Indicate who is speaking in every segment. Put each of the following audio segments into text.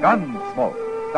Speaker 1: Gunsmoke,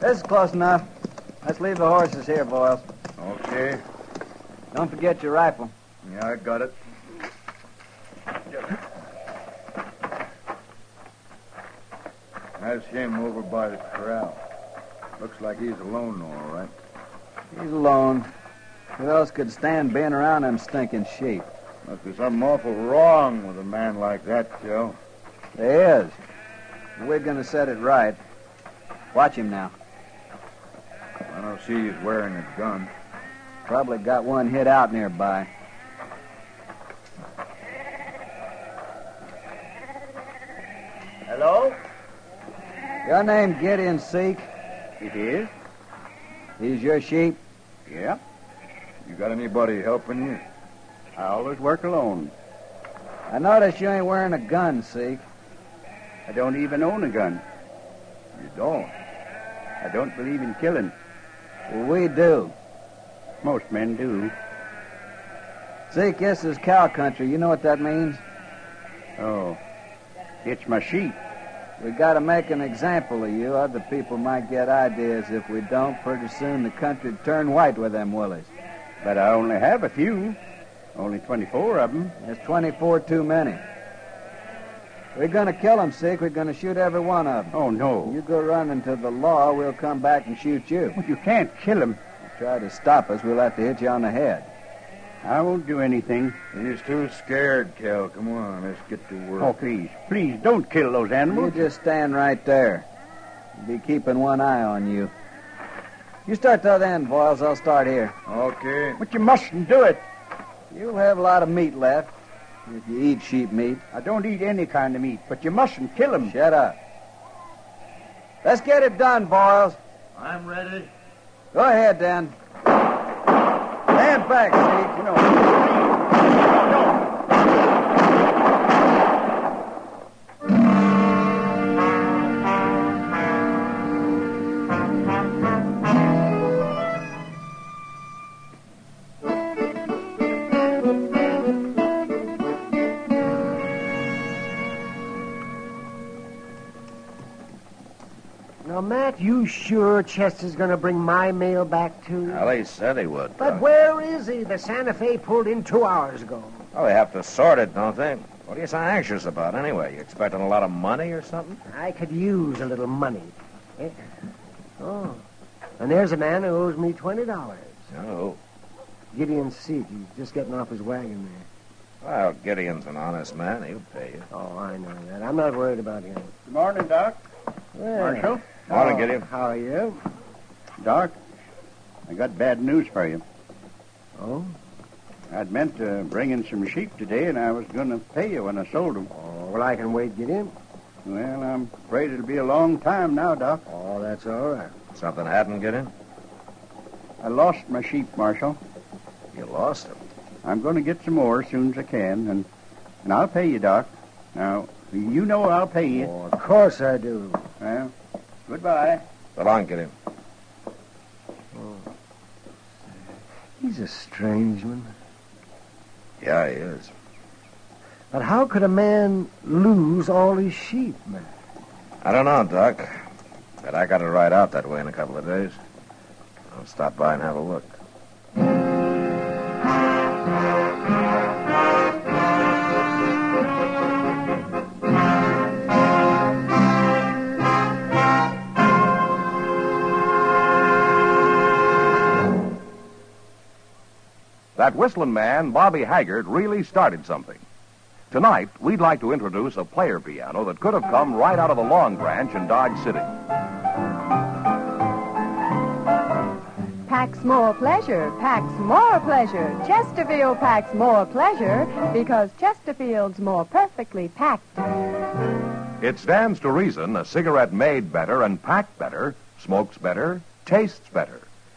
Speaker 2: This is close enough. Let's leave the horses here, Boyle.
Speaker 3: Okay.
Speaker 2: Don't forget your rifle.
Speaker 3: Yeah, I got it. That's him over by the corral. Looks like he's alone, all right.
Speaker 2: He's alone. Who else could stand being around them stinking sheep?
Speaker 3: Must be something awful wrong with a man like that, Joe.
Speaker 2: There is. We're going to set it right. Watch him now.
Speaker 3: I don't see he's wearing a gun.
Speaker 2: Probably got one hid out nearby.
Speaker 4: Hello?
Speaker 2: Your name Gideon Seek?
Speaker 4: It is?
Speaker 2: He's your sheep?
Speaker 4: Yeah.
Speaker 3: You got anybody helping you?
Speaker 4: I always work alone.
Speaker 2: I notice you ain't wearing a gun, Seek.
Speaker 4: I don't even own a gun.
Speaker 3: You don't?
Speaker 4: I don't believe in killing.
Speaker 2: Well, we do.
Speaker 4: Most men do.
Speaker 2: Zeke, this is cow country. You know what that means?
Speaker 4: Oh. It's my sheep.
Speaker 2: We gotta make an example of you. Other people might get ideas. If we don't, pretty soon the country'd turn white with them willies.
Speaker 4: But I only have a few. Only 24 of them.
Speaker 2: There's 24 too many. We're gonna kill them, Zeke. We're gonna shoot every one of them.
Speaker 4: Oh, no.
Speaker 2: You go running to the law, we'll come back and shoot you.
Speaker 4: You can't kill them.
Speaker 2: Try to stop us, we'll have to hit you on the head.
Speaker 4: I won't do anything.
Speaker 3: He's too scared, Cal. Come on, let's get to work.
Speaker 4: Oh, please, please don't kill those
Speaker 2: You
Speaker 4: animals.
Speaker 2: just stand right there. Be keeping one eye on you. You start the other end, Boyles. I'll start here.
Speaker 3: Okay.
Speaker 4: But you mustn't do it.
Speaker 2: You'll have a lot of meat left if you eat sheep meat.
Speaker 4: I don't eat any kind of meat, but you mustn't kill them.
Speaker 2: Shut up. Let's get it done, Boyles.
Speaker 3: I'm ready.
Speaker 2: Go ahead, Dan. Stand back, Zeke. You know.
Speaker 5: Now, Matt, you sure Chester's going to bring my mail back too?
Speaker 6: Well, he said he would.
Speaker 5: but
Speaker 6: Doc.
Speaker 5: where is he? The Santa Fe pulled in two hours ago.
Speaker 6: Well, they have to sort it, don't they? What are you so anxious about anyway? You expecting a lot of money or something?
Speaker 5: I could use a little money. Eh? Oh, and there's a man who owes me twenty dollars.
Speaker 6: No.
Speaker 5: Gideon Seek. He's just getting off his wagon there.
Speaker 6: Well, Gideon's an honest man. He'll pay you.
Speaker 5: Oh, I know that. I'm not worried about him.
Speaker 4: Good morning, Doc.
Speaker 5: Well,
Speaker 4: Marshal?
Speaker 6: Morning,
Speaker 5: oh,
Speaker 6: Gideon.
Speaker 5: How are you?
Speaker 4: Doc, I got bad news for you.
Speaker 5: Oh,
Speaker 4: I'd meant to bring in some sheep today, and I was going to pay you when I sold them.
Speaker 5: oh well, I can wait, Gideon.
Speaker 4: Well, I'm afraid it'll be a long time now, Doc.
Speaker 5: Oh, that's all right.
Speaker 6: Something happened, Gideon?
Speaker 4: I lost my sheep, Marshal.
Speaker 6: You lost him.
Speaker 4: I'm going to get some more as soon as I can, and, and I'll pay you, Doc. Now, You know I'll pay you.
Speaker 5: Oh, of course I do.
Speaker 4: Well, goodbye.
Speaker 6: So long, Kitty.
Speaker 5: He's a strange one.
Speaker 6: Yeah, he is.
Speaker 5: But how could a man lose all his sheep, man?
Speaker 6: I don't know, Doc. But I got to ride out that way in a couple of days. I'll stop by and have a look.
Speaker 1: That whistling man, Bobby Haggard, really started something. Tonight, we'd like to introduce a player piano that could have come right out of the Long Branch in Dodge City.
Speaker 7: Packs more pleasure, packs more pleasure. Chesterfield packs more pleasure because Chesterfield's more perfectly packed.
Speaker 1: It stands to reason a cigarette made better and packed better smokes better, tastes better.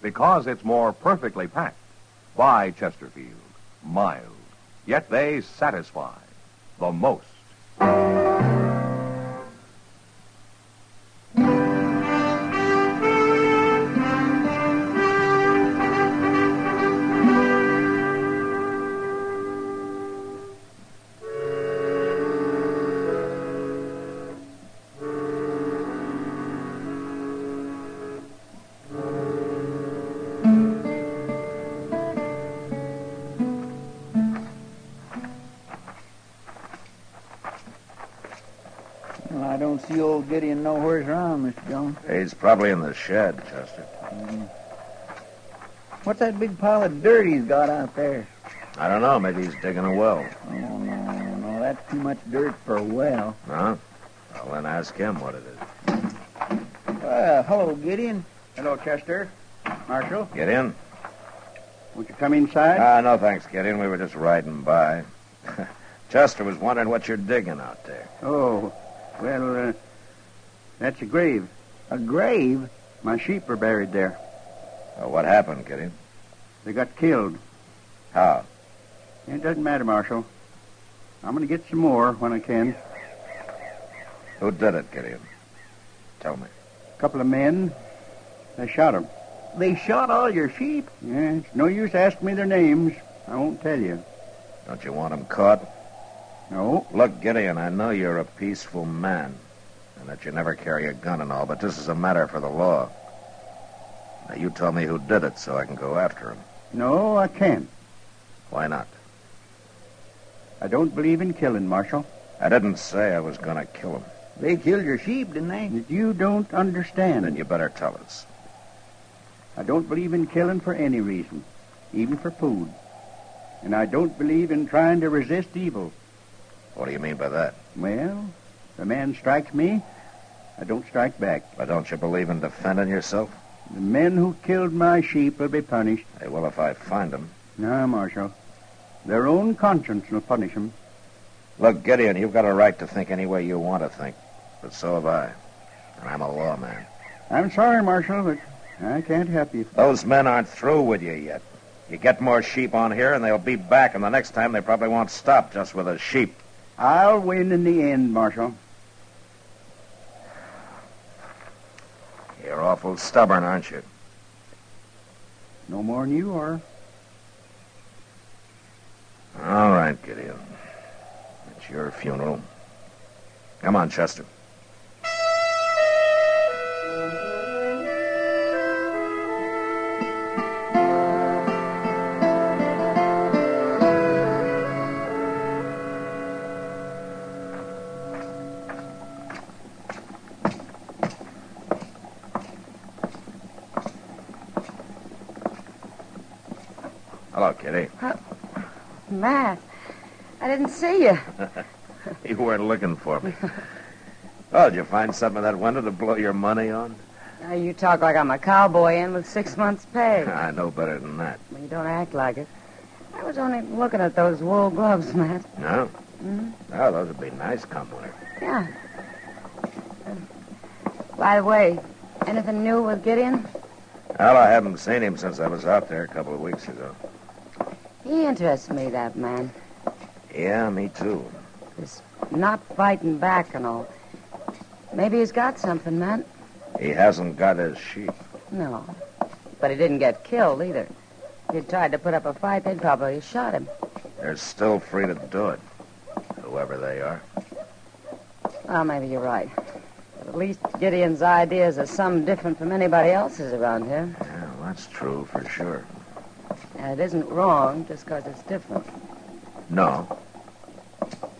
Speaker 1: because it's more perfectly packed. By Chesterfield, mild, yet they satisfy the most.
Speaker 2: Well, I don't see old Gideon nowhere's around, Mr. Jones.
Speaker 6: He's probably in the shed, Chester.
Speaker 2: What's that big pile of dirt he's got out there?
Speaker 6: I don't know. Maybe he's digging a well.
Speaker 2: Oh, no, no, that's too much dirt for a well.
Speaker 6: Huh? Well, then ask him what it is.
Speaker 2: Well, hello, Gideon.
Speaker 4: Hello, Chester. Marshal,
Speaker 6: Get in?
Speaker 4: won't you come inside?
Speaker 6: Ah, no thanks, Get in. We were just riding by. Chester was wondering what you're digging out there.
Speaker 4: oh, well, uh, that's a grave.
Speaker 2: A grave?
Speaker 4: My sheep are buried there.
Speaker 6: Uh, what happened, Kitty?
Speaker 4: They got killed.
Speaker 6: How?
Speaker 4: It doesn't matter, Marshal. I'm going to get some more when I can.
Speaker 6: Who did it, Gideon? Tell me.
Speaker 4: couple of men, they shot 'em.
Speaker 2: They shot all your sheep?
Speaker 4: Yeah, it's no use asking me their names. I won't tell you.
Speaker 6: Don't you want him caught?
Speaker 4: No,
Speaker 6: Look, Gideon, I know you're a peaceful man, and that you never carry a gun and all, but this is a matter for the law. Now, you tell me who did it so I can go after him.
Speaker 4: no, I can't.
Speaker 6: Why not?
Speaker 4: I don't believe in killing, Marshal.
Speaker 6: I didn't say I was going to kill him.
Speaker 2: They killed your sheep, didn't they?
Speaker 4: That You don't understand.
Speaker 6: Then you better tell us.
Speaker 4: I don't believe in killing for any reason, even for food. And I don't believe in trying to resist evil.
Speaker 6: What do you mean by that?
Speaker 4: Well, if a man strikes me, I don't strike back.
Speaker 6: Why don't you believe in defending yourself?
Speaker 4: The men who killed my sheep will be punished.
Speaker 6: Hey, well, if I find him.
Speaker 4: No, Marshal. Their own conscience will punish 'em.
Speaker 6: Look, Gideon, you've got a right to think any way you want to think, but so have I. And I'm a lawman.
Speaker 4: I'm sorry, Marshal, but I can't help you.
Speaker 6: Those men aren't through with you yet. You get more sheep on here, and they'll be back, and the next time they probably won't stop just with a sheep.
Speaker 4: I'll win in the end, Marshal.
Speaker 6: You're awful stubborn, aren't you?
Speaker 4: No more than you are.
Speaker 6: All right, Gideon. It's your funeral. Come on, Chester. Hello, Kitty.
Speaker 8: Matt, I didn't see you.
Speaker 6: You weren't looking for me. Oh, did you find something that winter to blow your money on?
Speaker 8: Now you talk like I'm a cowboy in with six months' pay.
Speaker 6: I know better than that.
Speaker 8: Well, you don't act like it. I was only looking at those wool gloves, Matt.
Speaker 6: No? Oh, those would be nice come winter.
Speaker 8: Yeah. By the way, anything new with Gideon?
Speaker 6: Well, I haven't seen him since I was out there a couple of weeks ago.
Speaker 8: He interests me, that man.
Speaker 6: Yeah, me too.
Speaker 8: This not fighting back and all. Maybe he's got something, Matt.
Speaker 6: He hasn't got his sheep.
Speaker 8: No. But he didn't get killed either. If he'd tried to put up a fight, they'd probably have shot him.
Speaker 6: They're still free to do it, whoever they are.
Speaker 8: Well, maybe you're right. But at least Gideon's ideas are some different from anybody else's around here.
Speaker 6: Yeah, well, that's true for sure.
Speaker 8: And it isn't wrong just 'cause it's different.
Speaker 6: No.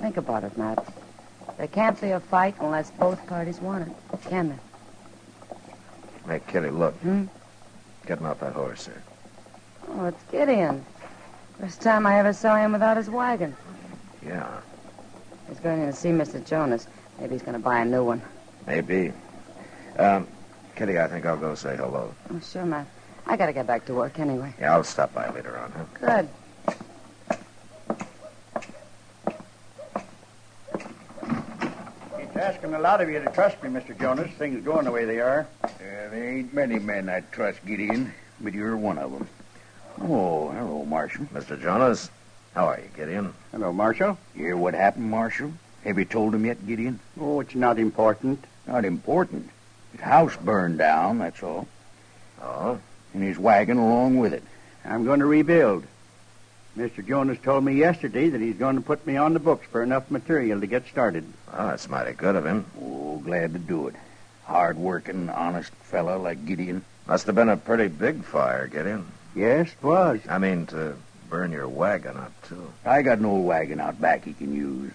Speaker 8: Think about it, Matt. There can't be a fight unless both parties want it, can there?
Speaker 6: Hey, Kitty, look.
Speaker 8: Hmm?
Speaker 6: Getting off that horse here.
Speaker 8: Oh, it's Gideon. First time I ever saw him without his wagon.
Speaker 6: Yeah,
Speaker 8: He's going in to see Mr. Jonas. Maybe he's going to buy a new one.
Speaker 6: maybe. Um, Kitty, I think I'll go say hello.
Speaker 8: Oh, sure, Matt. I got to get back to work anyway.
Speaker 6: Yeah, I'll stop by later on, huh?
Speaker 8: Good.
Speaker 4: It's asking a lot of you to trust me, Mr. Jonas. Things going the way they are.
Speaker 3: Yeah, there ain't many men I trust, Gideon, but you're one of them. Oh, hello, Marshal.
Speaker 6: Mr. Jonas, how are you, Gideon?
Speaker 4: Hello, Marshal.
Speaker 3: You hear what happened, Marshal? Have you told him yet, Gideon?
Speaker 4: Oh, it's not important.
Speaker 3: Not important. His house burned down, that's all,
Speaker 6: Oh?
Speaker 3: and his wagon along with it.
Speaker 4: I'm going to rebuild. Mr. Jonas told me yesterday that he's going to put me on the books for enough material to get started.
Speaker 6: Oh, that's mighty good of him.
Speaker 3: Oh, glad to do it. Hard-working, honest fella like Gideon.
Speaker 6: Must have been a pretty big fire, Gideon.
Speaker 4: Yes, it was.
Speaker 6: I mean, to burn your wagon up, too.
Speaker 3: I got an old wagon out back he can use.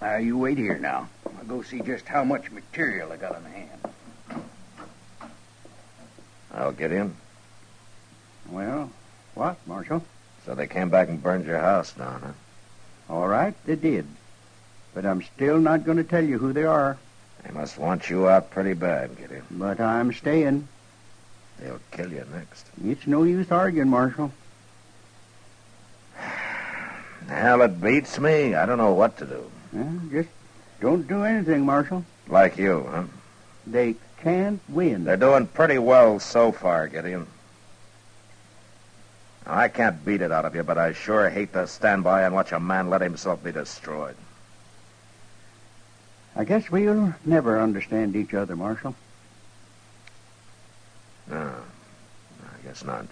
Speaker 3: Now, you wait here now. I'll go see just how much material I got on hand.
Speaker 6: Oh, Gideon,
Speaker 4: Well, what, Marshal?
Speaker 6: so they came back and burned your house down, huh?
Speaker 4: All right, they did. But I'm still not going to tell you who they are.
Speaker 6: They must want you out pretty bad, Gideon.
Speaker 4: But I'm staying.
Speaker 6: They'll kill you next.
Speaker 4: It's no use arguing, Marshal.
Speaker 6: Hell, it beats me. I don't know what to do.
Speaker 4: Well, just don't do anything, Marshal.
Speaker 6: Like you, huh?
Speaker 4: They can't win.
Speaker 6: They're doing pretty well so far, Gideon. Now, I can't beat it out of you, but I sure hate to stand by and watch a man let himself be destroyed.
Speaker 4: I guess we'll never understand each other, Marshal.
Speaker 6: No, I guess not.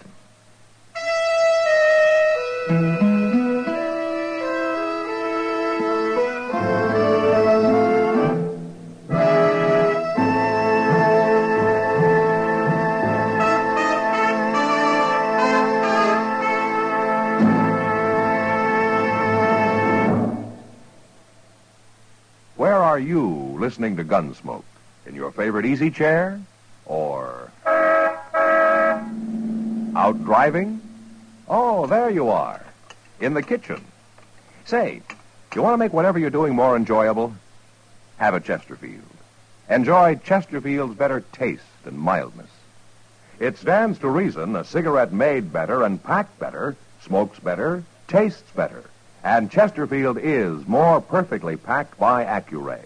Speaker 1: Where are you listening to Gunsmoke? In your favorite easy chair? Or out driving? Oh, there you are. In the kitchen. Say, you want to make whatever you're doing more enjoyable? Have a Chesterfield. Enjoy Chesterfield's better taste and mildness. It stands to reason a cigarette made better and packed better smokes better, tastes better. And Chesterfield is more perfectly packed by Accuray.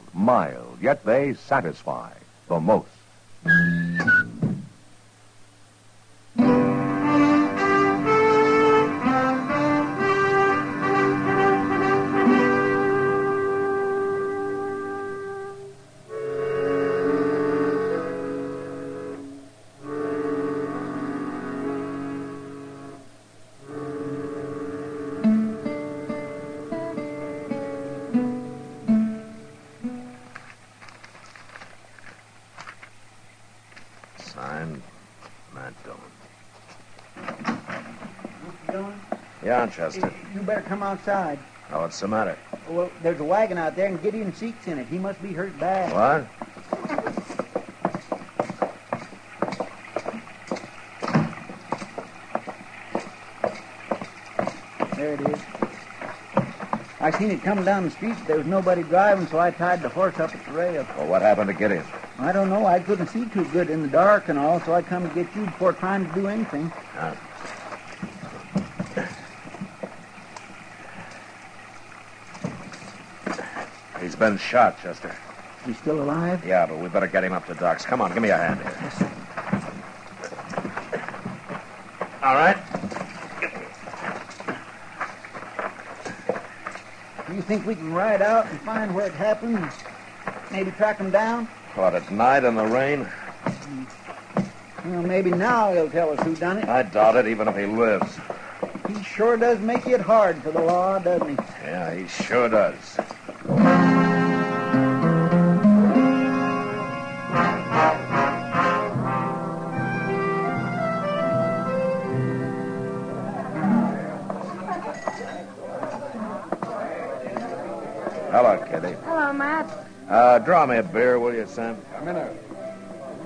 Speaker 1: mild, yet they satisfy the most.
Speaker 4: Dillon,
Speaker 6: Yeah, Chester.
Speaker 4: you better come outside.
Speaker 6: Oh, what's the matter?
Speaker 4: Well, there's a wagon out there, and Gideon Seek's in it. He must be hurt bad.
Speaker 6: What?
Speaker 4: There it is. I seen it coming down the street, but there was nobody driving, so I tied the horse up at the rail.
Speaker 6: Well, what happened to Gideon?
Speaker 4: I don't know. I couldn't see too good in the dark and all, so I come to get you before trying to do anything.
Speaker 6: He's been shot, Chester.
Speaker 4: He's still alive?
Speaker 6: Yeah, but we better get him up to Doc's. Come on, give me a hand here. All right.
Speaker 4: Do you think we can ride out and find where it happened? and Maybe track him down?
Speaker 6: Caught at night in the rain.
Speaker 4: Well, maybe now he'll tell us who done it.
Speaker 6: I doubt it, even if he lives.
Speaker 4: He sure does make it hard for the law, doesn't he?
Speaker 6: Yeah, he sure does. Hello, Kitty.
Speaker 8: Hello, Matt.
Speaker 6: Uh, draw me a beer, will you, Sam?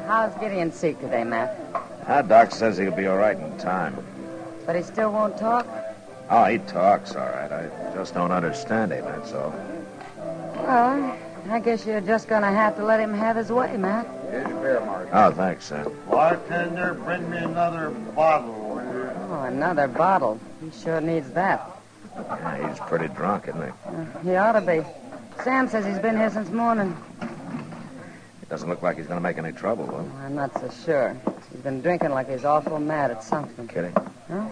Speaker 8: How's Gideon Seek today, Matt?
Speaker 6: Ah, Doc says he'll be all right in time.
Speaker 8: But he still won't talk?
Speaker 6: Oh, he talks all right. I just don't understand him, that's all.
Speaker 8: Well, I guess you're just going to have to let him have his way, Matt.
Speaker 6: Oh, thanks, Sam.
Speaker 2: Bartender, bring me another bottle, will you?
Speaker 8: Oh, another bottle. He sure needs that.
Speaker 6: Yeah, he's pretty drunk, isn't he?
Speaker 8: Uh, he ought to be. Sam says he's been here since morning.
Speaker 6: He doesn't look like he's going to make any trouble, though.
Speaker 8: Well, I'm not so sure. He's been drinking like he's awful mad at something.
Speaker 6: Kitty?
Speaker 8: Huh?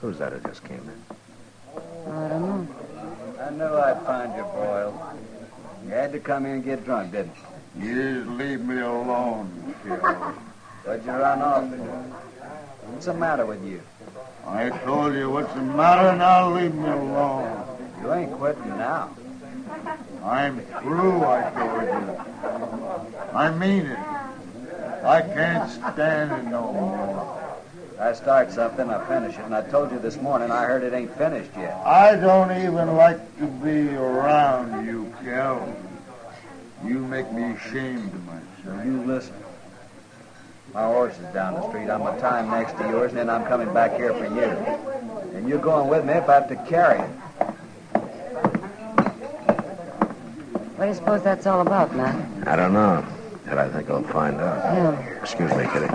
Speaker 6: Who's that who just came in?
Speaker 8: I don't know.
Speaker 9: I knew I'd find you, Boyle. You had to come here and get drunk, didn't you?
Speaker 2: You leave me alone, Phil.
Speaker 9: What'd you run off for? What's the matter with you?
Speaker 2: I told you what's the matter, now leave me alone.
Speaker 9: You ain't quitting now.
Speaker 2: I'm through, I told you. I mean it. I can't stand it no more.
Speaker 9: I start something, I finish it, and I told you this morning I heard it ain't finished yet.
Speaker 2: I don't even like to be around you, Cal. You make me ashamed of myself.
Speaker 9: You listen. My horse is down the street. I'm a time next to yours, and then I'm coming back here for you. And you're going with me if I have to carry it.
Speaker 8: What do you suppose that's all about, Matt?
Speaker 6: I don't know. But I think I'll find out.
Speaker 8: Yeah.
Speaker 6: Excuse me, Kitty.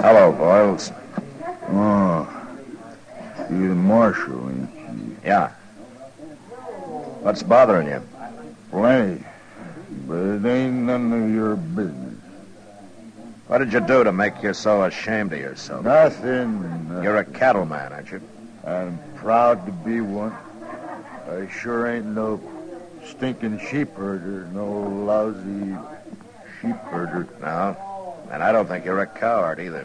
Speaker 6: Hello, Boyles.
Speaker 2: Oh, you're the marshal, ain't you?
Speaker 6: Yeah. What's bothering you?
Speaker 2: Plenty. But it ain't none of your business.
Speaker 6: What did you do to make you so ashamed of yourself?
Speaker 2: Nothing.
Speaker 6: You're a cattleman, aren't you?
Speaker 2: I'm proud to be one. I sure ain't no stinking sheep herder, no lousy sheep herder.
Speaker 6: No. And I don't think you're a coward either.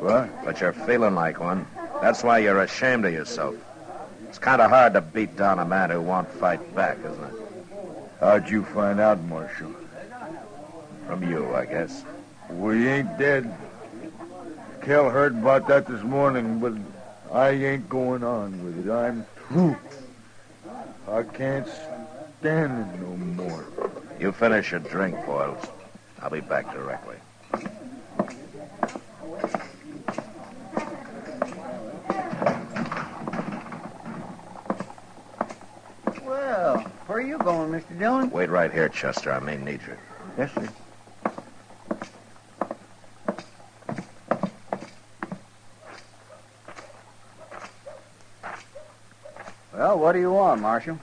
Speaker 2: What?
Speaker 6: But you're feeling like one. That's why you're ashamed of yourself. It's kind of hard to beat down a man who won't fight back, isn't it?
Speaker 2: How'd you find out, Marshal?
Speaker 6: From you, I guess.
Speaker 2: We ain't dead. Kel heard about that this morning, but I ain't going on with it. I'm through. I can't stand it no more.
Speaker 6: You finish your drink, Boyles. I'll be back directly.
Speaker 4: Well, where are you going, Mr. Dillon?
Speaker 6: Wait right here, Chester. I may need you.
Speaker 4: Yes, sir.
Speaker 9: Well, what do you want, Marshal?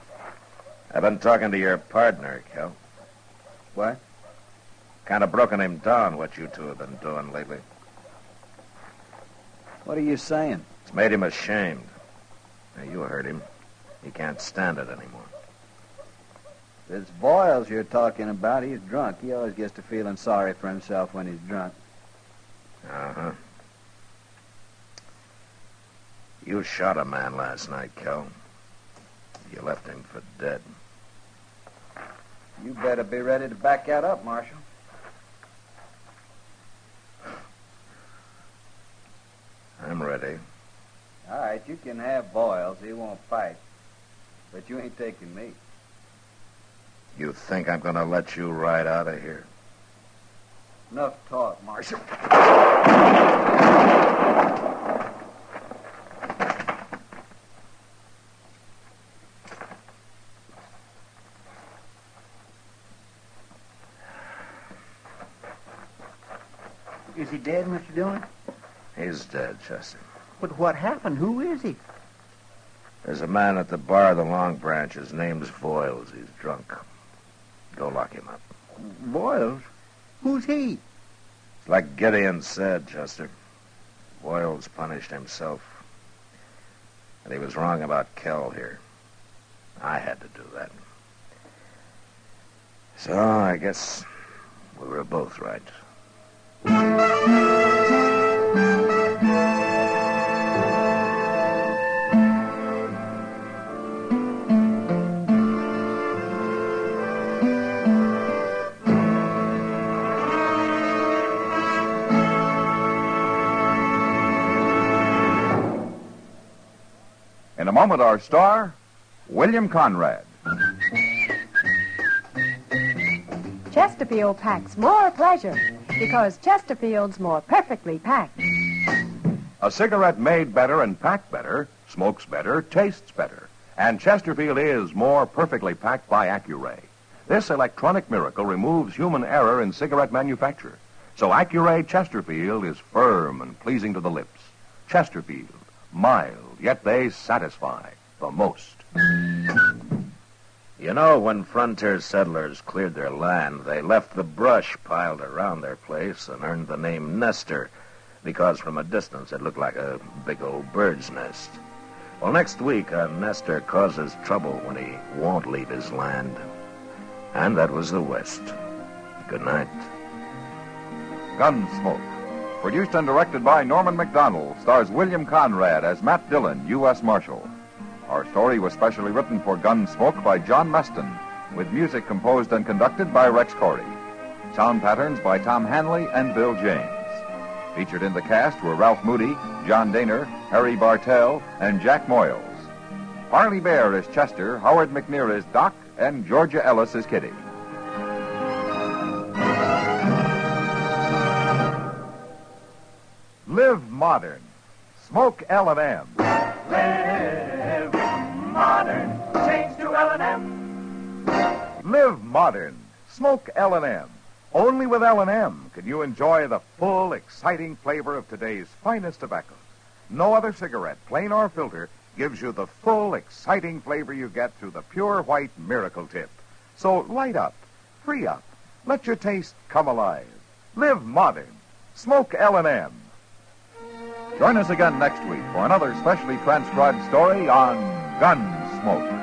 Speaker 6: I've been talking to your partner, Kel.
Speaker 9: What?
Speaker 6: Kind of broken him down, what you two have been doing lately.
Speaker 9: What are you saying?
Speaker 6: It's made him ashamed. Now, you heard him. He can't stand it anymore.
Speaker 9: It's Boyles you're talking about. He's drunk. He always gets to feeling sorry for himself when he's drunk.
Speaker 6: Uh-huh. You shot a man last night, Kel. You left him for dead.
Speaker 2: You better be ready to back that up, Marshal.
Speaker 6: I'm ready.
Speaker 2: All right, you can have Boils. He won't fight. But you ain't taking me.
Speaker 6: You think I'm going to let you ride out of here?
Speaker 2: Enough talk, Marshal.
Speaker 10: Is he dead, Mr. Dillon?
Speaker 6: He's dead, Chester.
Speaker 10: But what happened? Who is he?
Speaker 6: There's a man at the bar of the Long Branch. His name's Boyles. He's drunk. Go lock him up.
Speaker 10: Boyles? Who's he?
Speaker 6: It's like Gideon said, Chester. Boyles punished himself. And he was wrong about Kell here. I had to do that. So I guess we were both right.
Speaker 1: In a moment, our star, William Conrad.
Speaker 7: Chesterfield packs more pleasure because Chesterfield's more perfectly packed.
Speaker 1: A cigarette made better and packed better smokes better, tastes better. And Chesterfield is more perfectly packed by Accuray. This electronic miracle removes human error in cigarette manufacture. So Accuray Chesterfield is firm and pleasing to the lips. Chesterfield, mild, yet they satisfy the most.
Speaker 6: You know, when frontier settlers cleared their land, they left the brush piled around their place and earned the name Nester because from a distance it looked like a big old bird's nest. Well, next week, a Nester causes trouble when he won't leave his land. And that was the West. Good night.
Speaker 1: Gunsmoke, produced and directed by Norman McDonald, stars William Conrad as Matt Dillon, U.S. Marshal. Our story was specially written for Gunsmoke by John Mustin, with music composed and conducted by Rex Corey. Sound patterns by Tom Hanley and Bill James. Featured in the cast were Ralph Moody, John Daner, Harry Bartell, and Jack Moyles. Harley Bear is Chester, Howard McNear is Doc, and Georgia Ellis is Kitty. Live modern. Smoke L&M.
Speaker 11: Live modern. Change to L&M.
Speaker 1: Live modern. Smoke L&M. Only with L&M can you enjoy the full, exciting flavor of today's finest tobaccos. No other cigarette, plain or filter, gives you the full, exciting flavor you get through the pure white miracle tip. So light up, free up, let your taste come alive. Live modern. Smoke L&M. Join us again next week for another specially transcribed story on Gunsmoke.